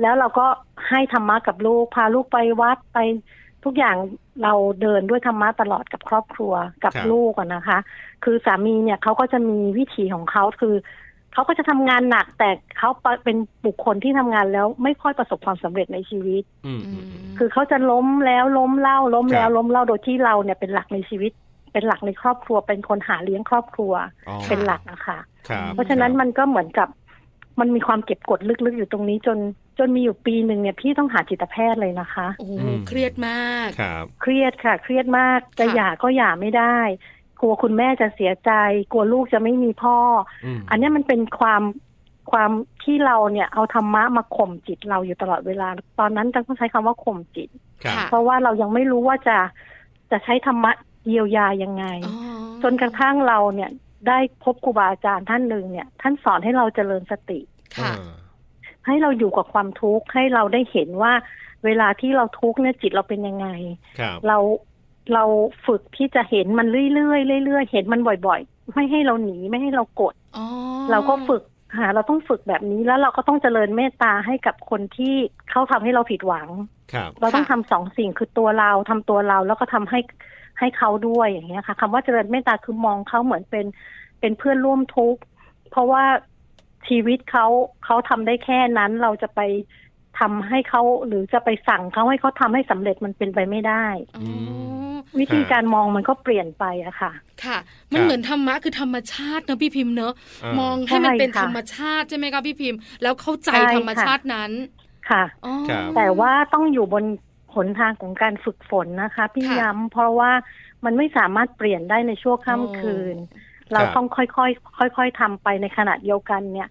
[SPEAKER 5] แล้วเราก็ให้ธรรมะกับลูก พาลูกไปวัดไปทุกอย่างเราเดินด้วยธรรมะตลอดกับครอบครัวกับ
[SPEAKER 2] ครับ
[SPEAKER 5] ลูกอะนะคะ คือสามีเนี่ยเขาก็จะมีวิถีของเขาคือเขาก็จะทำงานหนักแต่เขาเป็นบุคคลที่ทำงานแล้วไม่ค่อยประสบความสำเร็จในชีวิต
[SPEAKER 2] อืมอืมอืม
[SPEAKER 5] คือเขาจะล้มแล้วล้มเล่าล้มแล้
[SPEAKER 2] ครั
[SPEAKER 5] ว
[SPEAKER 2] บ
[SPEAKER 5] ล้มเล่าโดยที่เราเนี่ยเป็นหลักในชีวิต เป็นหลักในครอบครัว เป็นคนหาเลี้ยงครอบครัว
[SPEAKER 2] อ๋อ
[SPEAKER 5] เป็นหลักนะคะ
[SPEAKER 2] ครับ
[SPEAKER 5] เพราะฉะนั้นมันก็เหมือนกับมันมีความเก็บกดลึกๆอยู่ตรงนี้จนจนมีอยู่ปีหนึ่งเนี่ยพี่ต้องหาจิตแพทย์เลยนะคะ
[SPEAKER 1] โอ้โหเครียดมาก
[SPEAKER 2] ครับ
[SPEAKER 5] เครียดค่ะ เครียดมากจะ
[SPEAKER 1] ค่ะ
[SPEAKER 5] หย่าก็หย่าไม่ได้ กลัวคุณแม่จะเสียใจ กลัวลูกจะไม่มีพ่อ
[SPEAKER 2] ม
[SPEAKER 5] อันเนี้ยมันเป็นความความที่เราเนี่ยเอาธรรมะมาข่มจิตเราอยู่ตลอดเวลา ตอนนั้นต้องใช้คำว่าข่มจิต
[SPEAKER 2] ครับ
[SPEAKER 1] ค่ะ
[SPEAKER 5] เพราะว่าเรายังไม่รู้ว่าจะจะใช้ธรรมะเยียวยายังไง
[SPEAKER 1] อ๋อ
[SPEAKER 5] จนกระทั่งเราเนี่ยได้พบครูบาอาจารย์ท่านหนึ่งเนี่ย ท่านสอนให้เราเจริญสติ
[SPEAKER 1] ค่ะ
[SPEAKER 2] อ่า
[SPEAKER 5] ให้เราอยู่กับความทุกข์ให้เราได้เห็นว่า เวลาที่เราทุกข์เนี่ยจิตเราเป็นยังไง
[SPEAKER 2] ครับ
[SPEAKER 5] เราเราฝึกที่จะเห็นมันเรื่อยๆเรื่อยๆเห็นมันบ่อยๆ ไม่ให้เราหนีไม่ให้เรากด
[SPEAKER 1] อ๋อ
[SPEAKER 5] เราก็ฝึกหาเราต้องฝึกแบบนี้แล้วเราก็ต้องเจริญเมตตาให้กับคนที่เขาทำให้เราผิดหวัง
[SPEAKER 2] ครับ
[SPEAKER 5] เราต้องทำสองสิ่งคือตัวเราทำตัวเราแล้วก็ทำให้ให้เขาด้วยอย่างเงี้ยค่ะคำว่าเจริญเมตตาคือมองเขาเหมือนเป็นเป็นเพื่อนร่วมทุกข์เพราะว่าชีวิตเขาเขาทำได้แค่นั้นเราจะไปทำให้เขาหรือจะไปสั่งเขาให้เขาทำให้สำเร็จมันเป็นไปไม่ได้
[SPEAKER 1] อ๋อ
[SPEAKER 5] วิธีการมองมันก็เปลี่ยนไปอะค่ะ
[SPEAKER 1] ค่ะ มันเหมือนธรรมะคือธรรมชาตินะพี่พิมพ์เนอะ
[SPEAKER 2] าม
[SPEAKER 1] องให้มันเป็น
[SPEAKER 5] ใช่ค่ะ
[SPEAKER 1] ธรรมชาติใช่ไหมคะพี่พิมพ์ แล้วเข้าใจ
[SPEAKER 5] ใช่ค่ะ
[SPEAKER 1] ธรรมชาตินั้น
[SPEAKER 5] ค่ะ
[SPEAKER 1] อ๋อ
[SPEAKER 5] แต่ว่าต้องอยู่บนหนทางของการฝึกฝนนะคะพี่
[SPEAKER 1] ค่ะ
[SPEAKER 5] ย้ำเพราะว่ามันไม่สามารถเปลี่ยนได้ในชั่วข้ามคืน เราต้องค่อยๆค่อยๆทำไปในขณะเดียวกันเนี่ย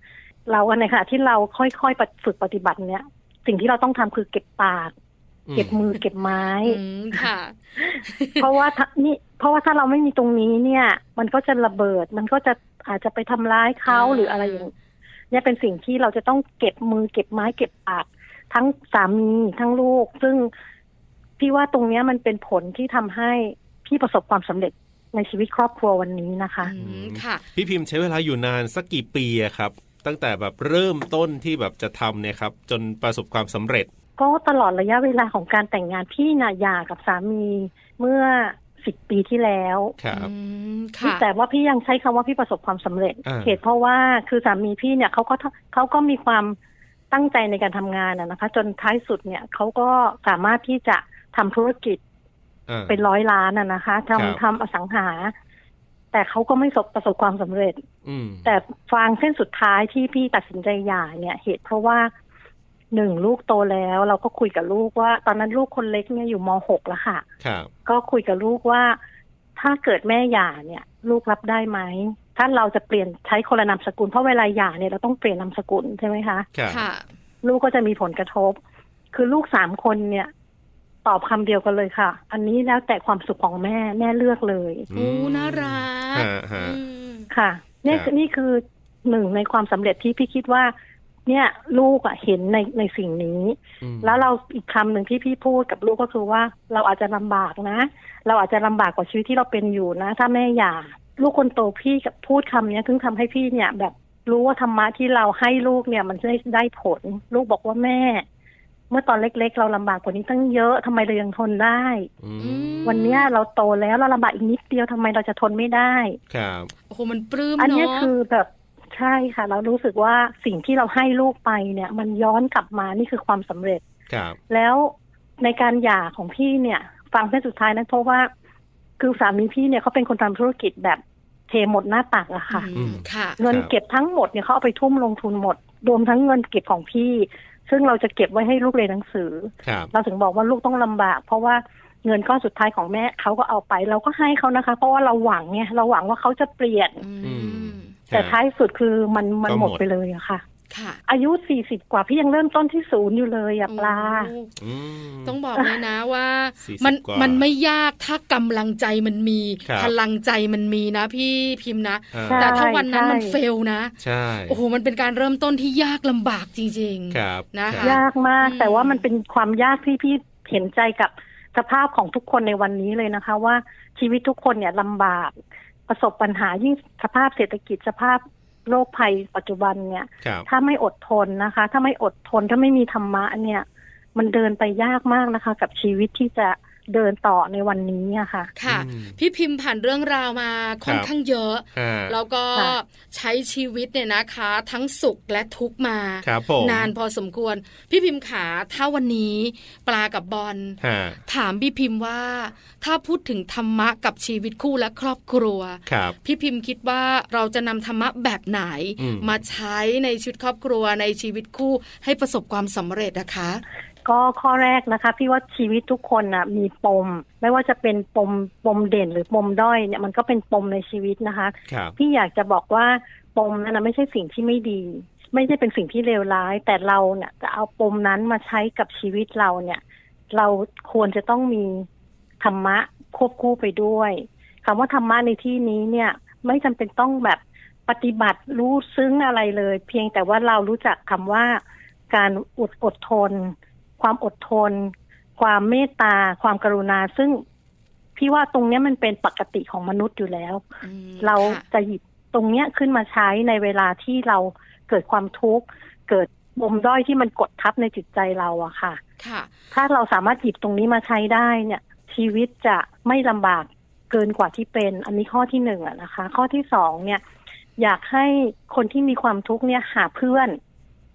[SPEAKER 5] เราในขณะที่เราค่อยๆปฏิฝึกปฏิบัติเนี่ย สิ่งที่เราต้องทำคือเก็บปาก
[SPEAKER 2] อืม
[SPEAKER 5] เก็บมือเก็บไม้
[SPEAKER 1] อืมค่ะ
[SPEAKER 5] [LAUGHS] เพราะว่าถ้านี่เพราะว่าถ้าเราไม่มีตรงนี้เนี่ย มันก็จะระเบิด มันก็จะอาจจะไปทำร้ายเขา
[SPEAKER 1] อืม
[SPEAKER 5] หรืออะไรอย่างเนี่ยเป็นสิ่งที่เราจะต้องเก็บมือเก็บไม้เก็บปาก ทั้งสามีทั้งลูก ซึ่งพี่ว่าตรงเนี้ยมันเป็นผลที่ทำให้พี่ประสบความสำเร็จในชีวิตครอบครัววันนี้นะคะ
[SPEAKER 1] อืมค่ะ
[SPEAKER 2] พี่พิมพ์ใช้เวลาอยู่นานสักกี่ปีอะครับ ตั้งแต่แบบเริ่มต้นที่แบบจะทำเนี่ยครับ จนประสบความสำเร็จ
[SPEAKER 5] ก็ตลอดระยะเวลาของการแต่งงานพี่น่ะหย่ากับสามีเมื่อสิบปีที่แล้ว
[SPEAKER 2] ครับ
[SPEAKER 1] อืมค่ะ
[SPEAKER 5] แต่ว่าพี่ยังใช้คำว่าพี่ประสบความสำเร็จ
[SPEAKER 2] อ่า
[SPEAKER 5] เหตุเพราะว่าคือสามีพี่เนี่ยเขาก็ทเขาก็มีความตั้งใจในการทำงานนะนะคะ จนท้ายสุดเนี่ยเขาก็สามารถที่จะทำธุรกิจ
[SPEAKER 2] อ่า
[SPEAKER 5] เป็นร้อยล้านนะนะคะ
[SPEAKER 2] ครับ
[SPEAKER 5] ทำทำอสังหา แต่เขาก็ไม่สบประสบความสำเร็จ
[SPEAKER 2] อืม
[SPEAKER 5] แต่ฟางเส้นสุดท้ายที่พี่ตัดสินใจหย่าเนี่ย เหตุเพราะว่าหนึ่งลูกโตแล้ว เราก็คุยกับลูกว่า ตอนนั้นลูกคนเล็กเนี่ยอยู่มหกแล้วค่ะ
[SPEAKER 2] ครับ
[SPEAKER 5] ก็คุยกับลูกว่า ถ้าเกิดแม่หย่าเนี่ย ลูกรับได้ไหม ถ้าเราจะเปลี่ยนใช้คนละนามสกุลเพราะเวลาหย่าเนี่ยเราต้องเปลี่ยนนามสกุลใช่ไหมคะ
[SPEAKER 2] ครับ
[SPEAKER 1] ค่ะ
[SPEAKER 5] ลูกก็จะมีผลกระทบ คือลูกสามคนเนี่ย ตอบคำเดียวกันเลยค่ะ อันนี้แล้วแต่ความสุขของแม่แม่เลือกเลย
[SPEAKER 1] โอ้น่ารัก
[SPEAKER 2] ฮะฮะ
[SPEAKER 1] อืม
[SPEAKER 5] ค่ะเนี่ย
[SPEAKER 2] ครับ
[SPEAKER 5] นี่คือหนึ่งในความสำเร็จที่พี่คิดว่า เนี่ยลูกอะเห็นในในสิ่งนี้
[SPEAKER 2] อืม
[SPEAKER 5] แล้วเราอีกคำหนึ่งที่พี่พูดกับลูกก็คือว่าเราอาจจะลำบากนะ เราอาจจะลำบากกว่าชีวิตที่เราเป็นอยู่นะ ถ้าแม่หย่าลูกคนโตพี่กับพูดคำเนี้ยถึงทำให้พี่เนี่ย แบบรู้ว่าธรรมะที่เราให้ลูกเนี่ย มันได้ได้ผล ลูกบอกว่าแม่ เมื่อตอนเล็กๆ เราลำบากกว่านี้ตั้งเยอะทำไมเรายังทนได้
[SPEAKER 2] อื
[SPEAKER 1] อื
[SPEAKER 2] ม
[SPEAKER 1] ม
[SPEAKER 5] วันเนี้ยเราโตแล้วเราลำบากอีกนิดเดียวทำไมเราจะทนไม่ได้
[SPEAKER 2] ครับ
[SPEAKER 1] โอ้โหมันปลื้ม
[SPEAKER 5] อันเนี้ย
[SPEAKER 1] เนาะ
[SPEAKER 5] คือแบบใช่ค่ะ เรารู้สึกว่าสิ่งที่เราให้ลูกไปเนี่ย มันย้อนกลับมานี่คือความสำเร็จ
[SPEAKER 2] ครับ
[SPEAKER 5] แล้วในการหย่าของพี่เนี่ยฟังเส้นสุดท้ายนั้นเพราะว่า คือสามีพี่เนี่ยเขาเป็นคนทำธุรกิจแบบเทหมดหน้าตักอะค่ะ
[SPEAKER 1] อืมค่ะ
[SPEAKER 5] เงินเก็บทั้งหมดเนี่ยเขาเอาไปทุ่มลงทุนหมด รวมทั้งเงินเก็บของพี่ ซึ่งเราจะเก็บไว้ให้ลูกเรียนหนังสือ
[SPEAKER 2] ครับ
[SPEAKER 5] เราถึงบอกว่าลูกต้องลำบาก เพราะว่าเงินก้อนสุดท้ายของแม่เขาก็เอาไป เราก็ให้เขานะคะ เพราะว่าเราหวังเนี่ยเราหวังว่าเขาจะเปลี่ยน
[SPEAKER 1] อื
[SPEAKER 2] อืม
[SPEAKER 1] ม
[SPEAKER 5] แต่ท้ายสุดคือมันมัน
[SPEAKER 2] ก็ห
[SPEAKER 5] ห
[SPEAKER 2] ม
[SPEAKER 5] ม
[SPEAKER 2] ด
[SPEAKER 5] ดไปเลยอะค่ะ
[SPEAKER 1] ค่ะ
[SPEAKER 5] อายุสี่สิบกว่าพี่ยังเริ่มต้นที่ศูนย์อยู่เลยอะปลา
[SPEAKER 1] โอ้
[SPEAKER 2] อืม
[SPEAKER 1] ต้องบอกเลยนะว่า
[SPEAKER 2] สี่สิบ
[SPEAKER 1] มัน
[SPEAKER 2] กว่ามั
[SPEAKER 1] มันไม่ยากถ้ากำลังใจมันมี
[SPEAKER 2] ครับ
[SPEAKER 1] พลังใจมันมีนะพี่พิมพ์นะ
[SPEAKER 2] อ่า
[SPEAKER 5] ใช่
[SPEAKER 1] แต่ถ้าวันนั้นมัน
[SPEAKER 5] ใช่
[SPEAKER 1] เฟลนะ
[SPEAKER 2] ใช่
[SPEAKER 1] โอ้โห มันเป็นการเริ่มต้นที่ยากลำบากจริง
[SPEAKER 2] ครับ
[SPEAKER 1] นะคะ
[SPEAKER 2] รับ
[SPEAKER 5] ยากมาก
[SPEAKER 1] อืม
[SPEAKER 5] แต่ว่ามันเป็นความยากที่พี่เห็นใจกับสภาพของทุกคนในวันนี้เลยนะคะ ว่าชีวิตทุกคนเนี่ยลำบาก ประสบปัญหายิ่งสภาพเศรษฐกิจสภาพโรคภัยปัจจุบันเนี่ย
[SPEAKER 2] ครับ
[SPEAKER 5] ถ้าไม่อดทนนะคะ ถ้าไม่อดทนถ้าไม่มีธรรมะเนี่ย มันเดินไปยากมากนะคะ กับชีวิตที่จะเดินต่อในวันนี้อะค่ะ
[SPEAKER 1] ๆ ค่ะ
[SPEAKER 2] อืม
[SPEAKER 1] พี่พิมพ์ผ่านเรื่องราวมาค่อน
[SPEAKER 2] ครับ
[SPEAKER 1] ข้างเยอะ
[SPEAKER 2] ฮะ
[SPEAKER 1] แล้วก็
[SPEAKER 5] ค่ะ
[SPEAKER 1] ใช้ชีวิตเนี่ยนะคะ ทั้งสุขและทุกข์มา
[SPEAKER 2] ครับผม
[SPEAKER 1] นานพอสมควร พี่พิมพ์ขาถ้าวันนี้ ปลากับบอล
[SPEAKER 2] ฮะ
[SPEAKER 1] ถามพี่พิมพ์ว่า ถ้าพูดถึงธรรมะกับชีวิตคู่และครอบครัว
[SPEAKER 2] ครับ
[SPEAKER 1] พี่พิมพ์คิดว่าเราจะนำธรรมะแบบไหน
[SPEAKER 2] อืม
[SPEAKER 1] มาใช้ในชีวิตครอบครัวในชีวิตคู่ให้ประสบความสำเร็จนะคะ
[SPEAKER 5] ก็ข้อแรกนะคะ พี่ว่าชีวิตทุกคนนะมีปม ไม่ว่าจะเป็นปมปมเด่นหรือปมด้อยเนี่ยมันก็เป็นปมในชีวิตนะคะ
[SPEAKER 2] ครับ
[SPEAKER 5] พี่อยากจะบอกว่าปมนั้นนะไม่ใช่สิ่งที่ไม่ดี ไม่ใช่เป็นสิ่งที่เลวร้าย แต่เราเนี่ยจะเอาปมนั้นมาใช้กับชีวิตเราเนี่ย เราควรจะต้องมีธรรมะควบคู่ไปด้วยคำว่าธรรมะในที่นี้เนี่ย ไม่จำเป็นต้องแบบปฏิบัติรู้ซึ้งอะไรเลย เพียงแต่ว่าเรารู้จักคำว่า การอดอดทน ความอดทน ความเมตตา ความกรุณา ซึ่งพี่ว่าตรงเนี้ยมันเป็นปกติของมนุษย์อยู่แล้ว
[SPEAKER 1] อืม
[SPEAKER 5] เรา
[SPEAKER 1] ค่ะ
[SPEAKER 5] จะหยิบตรงเนี้ยขึ้นมาใช้ในเวลาที่เราเกิดความทุกข์ เกิดปมด้อยที่มันกดทับในจิตใจเราอะค่ะ
[SPEAKER 1] ค่ะ
[SPEAKER 5] ถ้าเราสามารถหยิบตรงนี้มาใช้ได้เนี่ย ชีวิตจะไม่ลำบากเกินกว่าที่เป็น อันนี้ข้อที่หนึ่งอะนะคะ ข้อที่สองเนี่ย อยากให้คนที่มีความทุกข์เนี่ยหาเพื่อน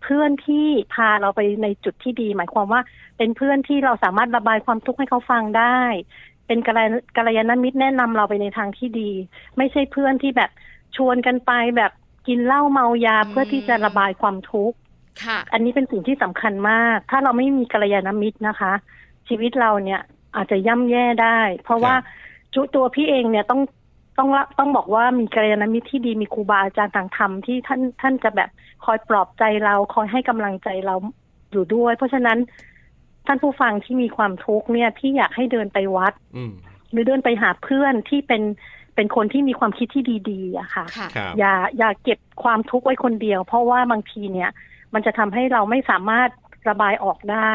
[SPEAKER 5] เพื่อนที่พาเราไปในจุดที่ดี หมายความว่า เป็นเพื่อนที่เราสามารถระบายความทุกข์ให้เขาฟังได้ เป็นกัลยากัลยาณมิตรแนะนำเราไปในทางที่ดี ไม่ใช่เพื่อนที่แบบชวนกันไปแบบกินเหล้าเมายา เพื่อที่จะระบายความทุกข์
[SPEAKER 1] ค่ะ
[SPEAKER 5] อันนี้เป็นสิ่งที่สำคัญมาก ถ้าเราไม่มีกัลยาณมิตรนะคะ ชีวิตเราเนี่ยอาจจะย่ำแย่ได้ เพราะว่าจุตัวพี่เองเนี่ยต้องต้องละต้องบอกว่ามีกัลยาณมิตรที่ดีมีครูบาอาจารย์ทางธรรมที่ท่านท่านจะแบบคอยปลอบใจเราคอยให้กำลังใจเราอยู่ด้วย เพราะฉะนั้น ท่านผู้ฟังที่มีความทุกข์เนี่ยพี่อยากให้เดินไปวัด
[SPEAKER 2] อืม
[SPEAKER 5] หรือเดินไปหาเพื่อนที่เป็นเป็นคนที่มีความคิดที่ดีๆอะค่ะ
[SPEAKER 1] ค่ะ
[SPEAKER 2] ครับ
[SPEAKER 5] อย่าอย่าเก็บความทุกข์ไว้คนเดียว เพราะว่าบางทีเนี่ย มันจะทำให้เราไม่สามารถระบายออกได้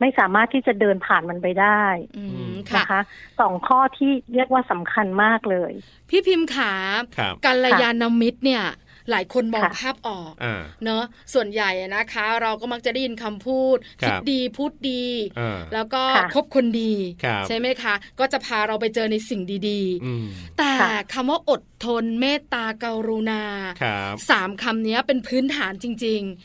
[SPEAKER 5] ไม่สามารถที่จะเดินผ่านมันไปได้
[SPEAKER 1] อืมค่ะ
[SPEAKER 5] นะคะสองข้อที่เรียกว่าสำคัญมากเลย
[SPEAKER 1] พี่พิมพ์ขา
[SPEAKER 2] ครับ
[SPEAKER 1] กัลยาณมิตรเนี่ย หลายคนมอง
[SPEAKER 5] ค่ะ
[SPEAKER 1] ภาพออก
[SPEAKER 2] อ่า
[SPEAKER 1] เนอะส่วนใหญ่อะนะคะ เราก็มักจะได้ยินคำพูด
[SPEAKER 2] ครั
[SPEAKER 1] คิด
[SPEAKER 2] บ
[SPEAKER 1] ดีพูดดี
[SPEAKER 2] อ่า
[SPEAKER 1] แล้วก็
[SPEAKER 5] ค่ะ
[SPEAKER 1] คบคนดี
[SPEAKER 2] ครับ
[SPEAKER 1] ใช่ไหมคะ ก็จะพาเราไปเจอในสิ่งดี
[SPEAKER 2] อืม
[SPEAKER 1] ๆ แต่
[SPEAKER 5] ค่ะ
[SPEAKER 1] คำว่าอดทนเมตตาการุณา
[SPEAKER 2] ครับ
[SPEAKER 1] สามคำเนี้ยเป็นพื้นฐานจริง ๆ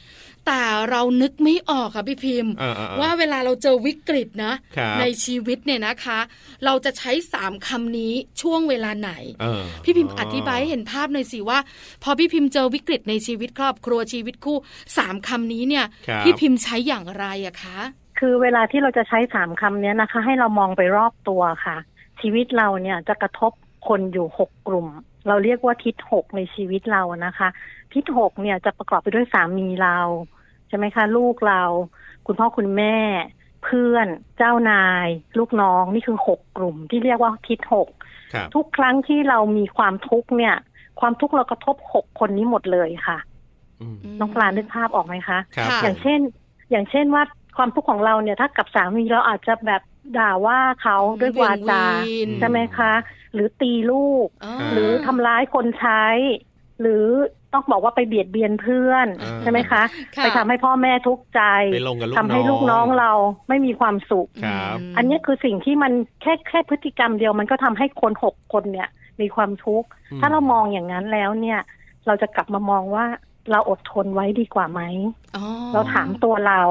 [SPEAKER 1] แต่เรานึกไม่ออกค่ะพี่พิมพ์
[SPEAKER 2] อ่าอ่อ่
[SPEAKER 1] ว่าเวลาเราเจอวิกฤตนะ
[SPEAKER 2] ครับ
[SPEAKER 1] ในชีวิตเนี่ยนะคะ เราจะใช้สามคำนี้ช่วงเวลาไหน
[SPEAKER 2] เออ
[SPEAKER 1] พี่พิมพ์อธิบายให้เห็นภาพหน่อยสิว่า พอพี่พิมพ์เจอวิกฤตในชีวิตครอบครัวชีวิตคู่สามคำนี้เนี่ย
[SPEAKER 2] ครับ
[SPEAKER 1] พี่พิมพ์ใช้อย่างไรอะคะ
[SPEAKER 5] คือเวลาที่เราจะใช้สามคำเนี้ยนะคะ ให้เรามองไปรอบตัวค่ะ ชีวิตเราเนี่ยจะกระทบคนอยู่หกกลุ่ม เราเรียกว่าทิศหกในชีวิตเรานะคะ ทิศหกเนี่ยจะประกอบไปด้วยสามีเรา ใช่ไหมคะ ลูกเรา คุณพ่อคุณแม่ เพื่อนเจ้านาย ลูกน้องนี่คือหกกลุ่ม ที่เรียกว่าทิศหก
[SPEAKER 2] ครับ
[SPEAKER 5] ทุกครั้งที่เรามีความทุกข์เนี่ย ความทุกข์เรากระทบหกคนนี้หมดเลยค่ะ
[SPEAKER 2] อืม
[SPEAKER 5] น้องปลานึกภาพออกไหมคะ
[SPEAKER 2] ครับ
[SPEAKER 1] ค่ะ
[SPEAKER 5] อย่างเช่น อย่างเช่นว่าความทุกข์ของเราเนี่ยถ้ากับสามีเราอาจจะแบบด่าว่าเขาด้วยวาจา
[SPEAKER 1] เวียนเวียน
[SPEAKER 5] ใช่ไหมคะ หรือตีลูก
[SPEAKER 1] า
[SPEAKER 5] หรือทำร้ายคนใช้ หรือต้องบอกว่าไปเบียดเบียนเพื่อน
[SPEAKER 2] อ่า
[SPEAKER 5] ใช่ไหมคะ
[SPEAKER 1] ค่ะ
[SPEAKER 5] ไปทำให้พ่อแม่ทุกข์ใจ
[SPEAKER 2] ไปลงกับลูก
[SPEAKER 5] ทำให้ลูกน้องเราไม่มีความสุข
[SPEAKER 2] ครับ
[SPEAKER 5] อันเนี้ยคือสิ่งที่มันแค่แค่พฤติกรรมเดียวมันก็ทำให้คนหกคนเนี่ย มีความทุกข์
[SPEAKER 2] อืม
[SPEAKER 5] ถ้าเรามองอย่างนั้นแล้วเนี่ย เราจะกลับมามองว่าเราอดทนไว้ดีกว่าไหม
[SPEAKER 1] อ๋อ
[SPEAKER 5] เราถามตัวเรา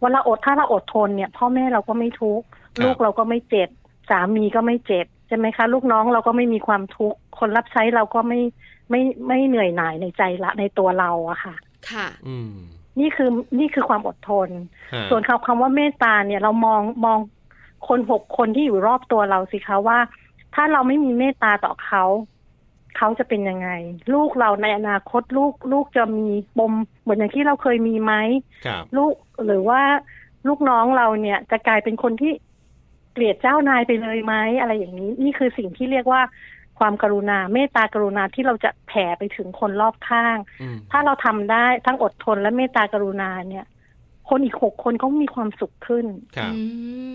[SPEAKER 5] ว่าเราอดถ้าเราอดทนเนี่ย พ่อแม่เราก็ไม่ทุกข์
[SPEAKER 2] ครับ
[SPEAKER 5] ลูกเราก็ไม่เจ็บ สามีก็ไม่เจ็บใช่ไหมคะ ลูกน้องเราก็ไม่มีความทุกข์คนรับใช้เราก็ไม่ไม่ไม่เหนื่อยหน่ายในใจละในตัวเราอะค่ะ
[SPEAKER 1] ค่ะ
[SPEAKER 2] อืม
[SPEAKER 5] นี่คือนี่คือความอดทน
[SPEAKER 2] ฮะ
[SPEAKER 5] ส่วนคำคำว่าเมตตาเนี่ยเรามองมองคนหกคนที่อยู่รอบตัวเราสิคะว่า ถ้าเราไม่มีเมตตาต่อเขา เขาจะเป็นยังไง ลูกเราในอนาคตลูกลูกจะมีปมเหมือนอย่างที่เราเคยมีไหม
[SPEAKER 2] ครับ
[SPEAKER 5] ลูกหรือว่าลูกน้องเราเนี่ยจะกลายเป็นคนที่เกลียดเจ้านายไปเลยไหมอะไรอย่างนี้ นี่คือสิ่งที่เรียกว่าความกรุณาเมตตากรุณาที่เราจะแผ่ไปถึงคนรอบข้าง
[SPEAKER 2] อืม
[SPEAKER 5] ถ้าเราทำได้ทั้งอดทนและเมตตากรุณาเนี่ย คนอีกหกคนก็มีความสุขขึ้น
[SPEAKER 2] ครับ
[SPEAKER 1] อื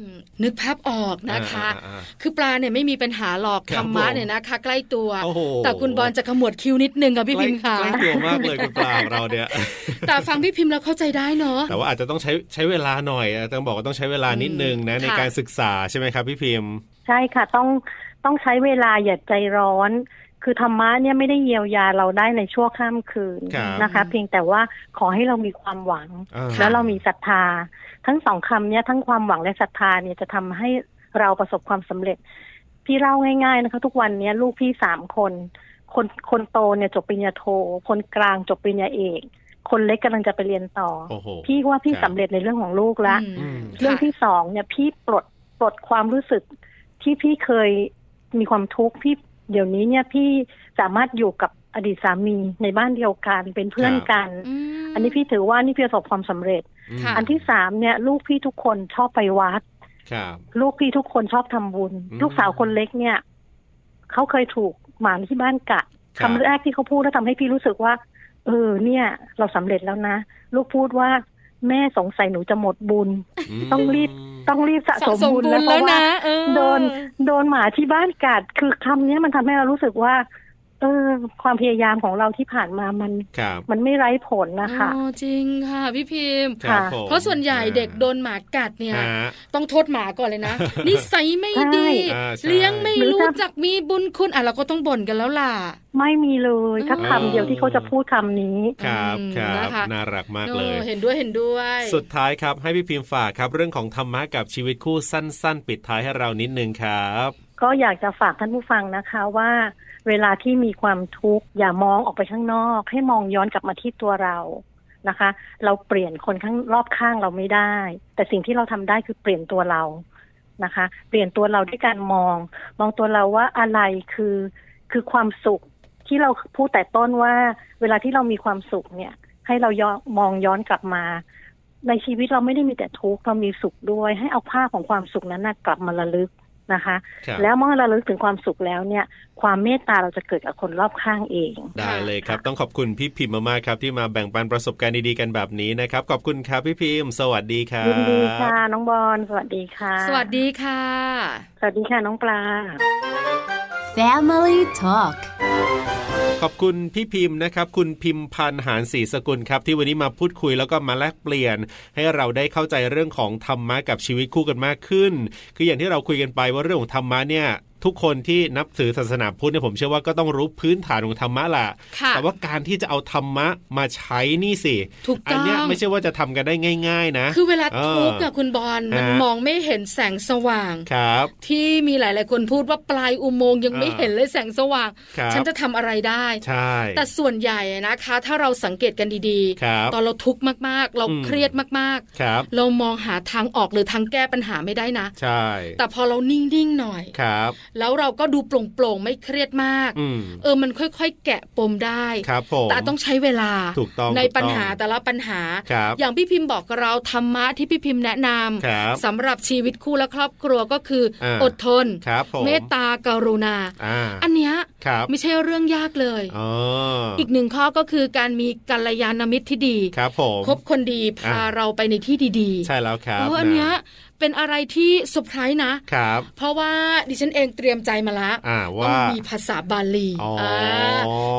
[SPEAKER 1] มนึกภาพออกนะคะ
[SPEAKER 2] อ่าอ่าอ่า
[SPEAKER 1] คือปลาเนี่ยไม่มีปัญหาหรอก
[SPEAKER 2] ค
[SPEAKER 1] ธ
[SPEAKER 2] รั
[SPEAKER 1] ร
[SPEAKER 2] บ
[SPEAKER 1] รมะ
[SPEAKER 2] ผม
[SPEAKER 1] เนี่ยนะคะ ใกล้ตัว
[SPEAKER 2] โอ้โห
[SPEAKER 1] แต่คุณบอลจะขมวดคิ้วนิดนึงกับพี่พิมพ์ค่ะ
[SPEAKER 2] ใกล้ใกล้ตัวมากเลยคุณ [LAUGHS] ปลาของเราเนี่ย
[SPEAKER 1] แต่ฟังพี่พิมพ์แล้วเข้าใจได้เนาะ
[SPEAKER 2] แต่ว่าอาจจะต้องใช้ใช้เวลาหน่อยอะต้องบอกว่าต้องใช้เวลานิดนึงนะ
[SPEAKER 1] อืม
[SPEAKER 2] ใน
[SPEAKER 1] ค่ะ
[SPEAKER 2] การศึกษาใช่ไหมครับพี่พิมพ์
[SPEAKER 5] ใช่ค่ะ ต้องต้องใช้เวลาอย่าใจร้อน คือธรรมะเนี่ยไม่ได้เยียวยาเราได้ในชั่วข้ามคืน
[SPEAKER 2] ครับ
[SPEAKER 5] นะคะ เพียงแต่ว่าขอให้เรามีความหวัง
[SPEAKER 2] อ่
[SPEAKER 5] แล้วเรามีศรัทธา ทั้งสองคำเนี้ยทั้งความหวังและศรัทธาเนี่ยจะทำให้เราประสบความสำเร็จ พี่เล่าง่าย ๆ นะคะ ทุกวันเนี้ยลูกพี่สามคน คนคนโตเนี่ยจบปริญญาโท คนกลางจบปริญญาเอก คนเล็กกำลังจะไปเรียนต่อ
[SPEAKER 2] โอ้โห
[SPEAKER 5] พี่ว่าพี่
[SPEAKER 2] ครับ
[SPEAKER 5] สำเร็จในเรื่องของลูกละ
[SPEAKER 1] อืม
[SPEAKER 5] เรื่องที่สองเนี่ยพี่ปลดปลดความรู้สึกที่พี่เคยมีความทุกข์พี่เดี๋ยวนี้เนี่ยพี่สามารถอยู่กับอดีตสามีในบ้านเดียวกันเป็นเพื่อน
[SPEAKER 2] ครับ
[SPEAKER 5] กัน
[SPEAKER 1] ม
[SPEAKER 5] อันนี้พี่ถือว่านี่พี่ประสบความสำเร็จ
[SPEAKER 1] ค่ะ
[SPEAKER 5] อันที่สามเนี่ยลูกพี่ทุกคนชอบไปวัด
[SPEAKER 2] ครับ
[SPEAKER 5] ลูกพี่ทุกคนชอบทำบุญ
[SPEAKER 2] อืม
[SPEAKER 5] ลูกสาวคนเล็กเนี่ยเขาเคยถูกหมาที่บ้านกัด
[SPEAKER 2] ครั
[SPEAKER 5] คำ
[SPEAKER 2] บ
[SPEAKER 5] แรกที่เขาพูดแล้วทำให้พี่รู้สึกว่า เออเนี่ย เราสำเร็จแล้วนะ ลูกพูดว่า แม่สงสัยหนูจะหมดบุญ
[SPEAKER 2] ม
[SPEAKER 5] ต้องรีบ ต้องรีบสะสมบุญแล้วเพ
[SPEAKER 1] แล้ว
[SPEAKER 5] ราะว่า
[SPEAKER 1] นะเออ
[SPEAKER 5] โดนโดนหมาที่บ้านกัดคือคำเนี้ยมันทำให้เรารู้สึกว่า เออ ความพยายามของเราที่ผ่านมามัน
[SPEAKER 2] ครับ
[SPEAKER 5] มันไม่ไร้ผลนะคะ
[SPEAKER 1] อ๋อจริงค่ะพี่พิมพ์
[SPEAKER 2] ครับ
[SPEAKER 5] ค่ะ
[SPEAKER 2] ผม
[SPEAKER 1] เพราะส่วนใหญ่เด็กโดนหมากัดเนี่ย
[SPEAKER 2] ฮะ
[SPEAKER 1] ต้องโทษหมาก่อนเลยนะ นิสัยไม่ดี
[SPEAKER 2] อ่าใช่
[SPEAKER 1] เลี้ยงไม่
[SPEAKER 5] หรือ
[SPEAKER 1] รู้
[SPEAKER 5] ถ้า
[SPEAKER 1] จักมีบุญคุณอ่ะเราก็ต้องบ่นกันแล้วล่ะ
[SPEAKER 5] ไม่มีเลยถ้า
[SPEAKER 1] อืม
[SPEAKER 5] คำเดียวที่เขาจะพูดคำนี้
[SPEAKER 2] ครับ
[SPEAKER 1] อืม
[SPEAKER 2] ครับ
[SPEAKER 1] นะคะ
[SPEAKER 2] น่ารักมากเลย
[SPEAKER 1] ออเห็นด้วยเห็นด้วย
[SPEAKER 2] สุดท้ายครับ ให้พี่พิมพ์ฝากครับ เรื่องของธรรมะกับชีวิตคู่สั้น ๆ ปิดท้ายให้เรานิดนึงครับ
[SPEAKER 5] ก็อยากจะฝากท่านผู้ฟังนะคะว่า เวลาที่มีความทุกข์อย่ามองออกไปข้างนอก ให้มองย้อนกลับมาที่ตัวเรานะคะ เราเปลี่ยนคนข้างรอบข้างเราไม่ได้ แต่สิ่งที่เราทำได้คือเปลี่ยนตัวเรานะคะ เปลี่ยนตัวเราด้วยการมอง มองตัวเราว่าอะไรคือคือความสุขที่เราพูดแต่ต้นว่า เวลาที่เรามีความสุขเนี่ย ให้เราย้อนมองย้อนกลับมา ในชีวิตเราไม่ได้มีแต่ทุกข์เรามีสุขด้วย ให้เอาภาพของความสุขนั้นนะกลับมาระลึกนะคะ
[SPEAKER 2] ครับ
[SPEAKER 5] แล้วเมื่อเราระลึกถึงความสุขแล้วเนี่ย ความเมตตาเราจะเกิดกับคนรอบข้างเอง
[SPEAKER 2] ได้เลยครับ ต้องขอบคุณพี่พิมพ์มากๆครับ ที่มาแบ่งปันประสบการณ์ดีๆกันแบบนี้นะครับ ขอบคุณครับพี่พิมพ์ สวัสดีครับ
[SPEAKER 5] ยินดีค่ะ น้องบอลสวัสดีค่ะ
[SPEAKER 1] สวัสดีค่ะ
[SPEAKER 5] สวัสดีค่ะน้องปลา
[SPEAKER 4] Family Talk
[SPEAKER 2] ขอบคุณพี่พิมพ์นะครับ คุณพิมพ์พันธ์หานศรีสกุลครับ ที่วันนี้มาพูดคุยแล้วก็มาแลกเปลี่ยน ให้เราได้เข้าใจเรื่องของธรรมะกับชีวิตคู่กันมากขึ้น คืออย่างที่เราคุยกันไปว่าเรื่องของธรรมะเนี่ย ทุกคนที่นับถือศาสนาพุทธเนี่ยผมเชื่อว่าก็ต้องรู้พื้นฐานของธรรมะแหละ
[SPEAKER 1] ค่ะ
[SPEAKER 2] แต่ว่าการที่จะเอาธรรมะมาใช้นี่สิ
[SPEAKER 1] ถูกต้อง
[SPEAKER 2] อันเนี้ยไม่ใช่ว่าจะทำกันได้ง่าย ๆ นะ
[SPEAKER 1] คือเวลา
[SPEAKER 2] เออ
[SPEAKER 1] ทุกข์อะคุณบอลมัน
[SPEAKER 2] ฮะ
[SPEAKER 1] มองไม่เห็นแสงสว่าง
[SPEAKER 2] ครับ
[SPEAKER 1] ที่มีหลาย ๆ คนพูดว่าปลายอุโมงค์ยังไม่
[SPEAKER 2] อ่า
[SPEAKER 1] เห็นเลยแสงสว่าง
[SPEAKER 2] ครับ
[SPEAKER 1] ฉันจะทำอะไรได้
[SPEAKER 2] ใช่
[SPEAKER 1] แต่ส่วนใหญ่นะคะ ถ้าเราสังเกตกันดี
[SPEAKER 2] ครับ
[SPEAKER 1] ๆ ตอนเราทุกข์มากๆ เรา
[SPEAKER 2] อืม
[SPEAKER 1] เครียดมาก
[SPEAKER 2] ครับ
[SPEAKER 1] ๆ เรามองหาทางออกหรือทางแก้ปัญหาไม่ได้นะ
[SPEAKER 2] ใช่
[SPEAKER 1] แต่พอเรานิ่ง ๆ หน่อย
[SPEAKER 2] ครับ
[SPEAKER 1] แล้วเราก็ดูโปร่ง ๆ ไม่เครียดมาก
[SPEAKER 2] อืม
[SPEAKER 1] เออมันค่อย ๆ แกะปมได้
[SPEAKER 2] ครับผม
[SPEAKER 1] แต่ต้องใช้เวลา
[SPEAKER 2] ถูกต้อง
[SPEAKER 1] ใน
[SPEAKER 2] ถูกต้อง
[SPEAKER 1] ปัญหาแต่ละปัญหา
[SPEAKER 2] ครับ
[SPEAKER 1] อย่างพี่พิมพ์บอกเราธรรมะที่พี่พิมพ์แนะน
[SPEAKER 2] ครับ
[SPEAKER 1] ำสำหรับชีวิตคู่และครอบครัวก็คืออา อดทน
[SPEAKER 2] ครับผม
[SPEAKER 1] เมตตากรุณา
[SPEAKER 2] อ่า
[SPEAKER 1] อันเนี้ย
[SPEAKER 2] ครับ
[SPEAKER 1] ไม่ใช่เรื่องยากเลย
[SPEAKER 2] อ๋ออ
[SPEAKER 1] อีกหนึ่งข้อก็คือการมีกัลยาณมิตรที่ดี
[SPEAKER 2] ครับผม
[SPEAKER 1] คบคนดีพา
[SPEAKER 2] อ่า
[SPEAKER 1] เราไปในที่ดี
[SPEAKER 2] ใช่แล้ว
[SPEAKER 1] ๆ
[SPEAKER 2] ครับ
[SPEAKER 1] เอออันเนี้ยเป็นอะไรที่เซอร์ไพรส์นะ
[SPEAKER 2] ครับ
[SPEAKER 1] เพราะว่าดิฉันเองเตรียมใจมาละ
[SPEAKER 2] อ่า
[SPEAKER 1] ต้อ
[SPEAKER 2] ว่า
[SPEAKER 1] งมีภาษาบาลี
[SPEAKER 2] อ๋ออ่
[SPEAKER 1] า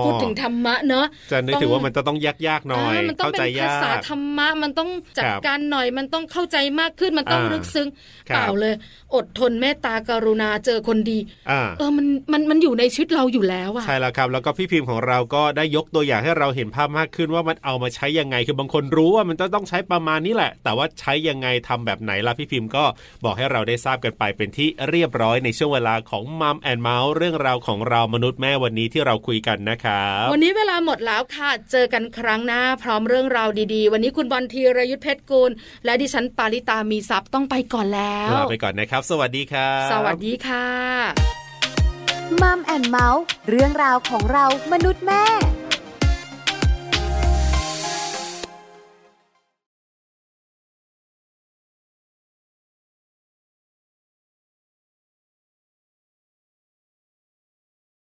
[SPEAKER 1] พูดถึงธรรมะเนอะ
[SPEAKER 2] จะนึกถึงว่ามันจะต้องยากๆหน่อย
[SPEAKER 1] ามันต้อง
[SPEAKER 2] เข้า
[SPEAKER 1] เป็
[SPEAKER 2] ใจ
[SPEAKER 1] นภาย
[SPEAKER 2] า
[SPEAKER 1] ษาก ธรรมะ มันต้องจัด
[SPEAKER 2] ครับ
[SPEAKER 1] การหน่อย มันต้องเข้าใจมากขึ้น มันต้อง
[SPEAKER 2] อ่า
[SPEAKER 1] ลึกซึ้ง
[SPEAKER 2] ครับ
[SPEAKER 1] เปล่าเลย อดทนเมตตากรุณาเจอคนดี
[SPEAKER 2] อ่า
[SPEAKER 1] เออ มัน มัน มันอยู่ในชีวิตเราอยู่แล้วอะ
[SPEAKER 2] ใช่แล้วครับ แล้วก็พี่พิมพ์ของเราก็ได้ยกตัวอย่างให้เราเห็นภาพมากขึ้นว่ามันเอามาใช้ยังไง คือบางคนรู้ว่ามันจะต้องใช้ประมาณนี้แหละ แต่ว่าใช้ยังไงทำแบบไหนล่ะพี่พิมพ์ก็บอกให้เราได้ทราบกันไปเป็นที่เรียบร้อยในช่วงเวลาของมัมแอนเมาส์เรื่องราวของเรามนุษย์แม่วันนี้ที่เราคุยกันนะครับ
[SPEAKER 1] วันนี้เวลาหมดแล้วค่ะ เจอกันครั้งหน้า พร้อมเรื่องราวดีๆ วันนี้คุณบอลธีรยุทธเพชรกุล และดิฉันปาริตามีซัพย์ต้องไปก่อนแล้ว
[SPEAKER 2] ลาไปก่อนนะครับ สวัสดีครับ
[SPEAKER 1] สวัสดีค่ะ
[SPEAKER 4] มัมแอนเมาส์เรื่องราวของเรามนุษย์แม่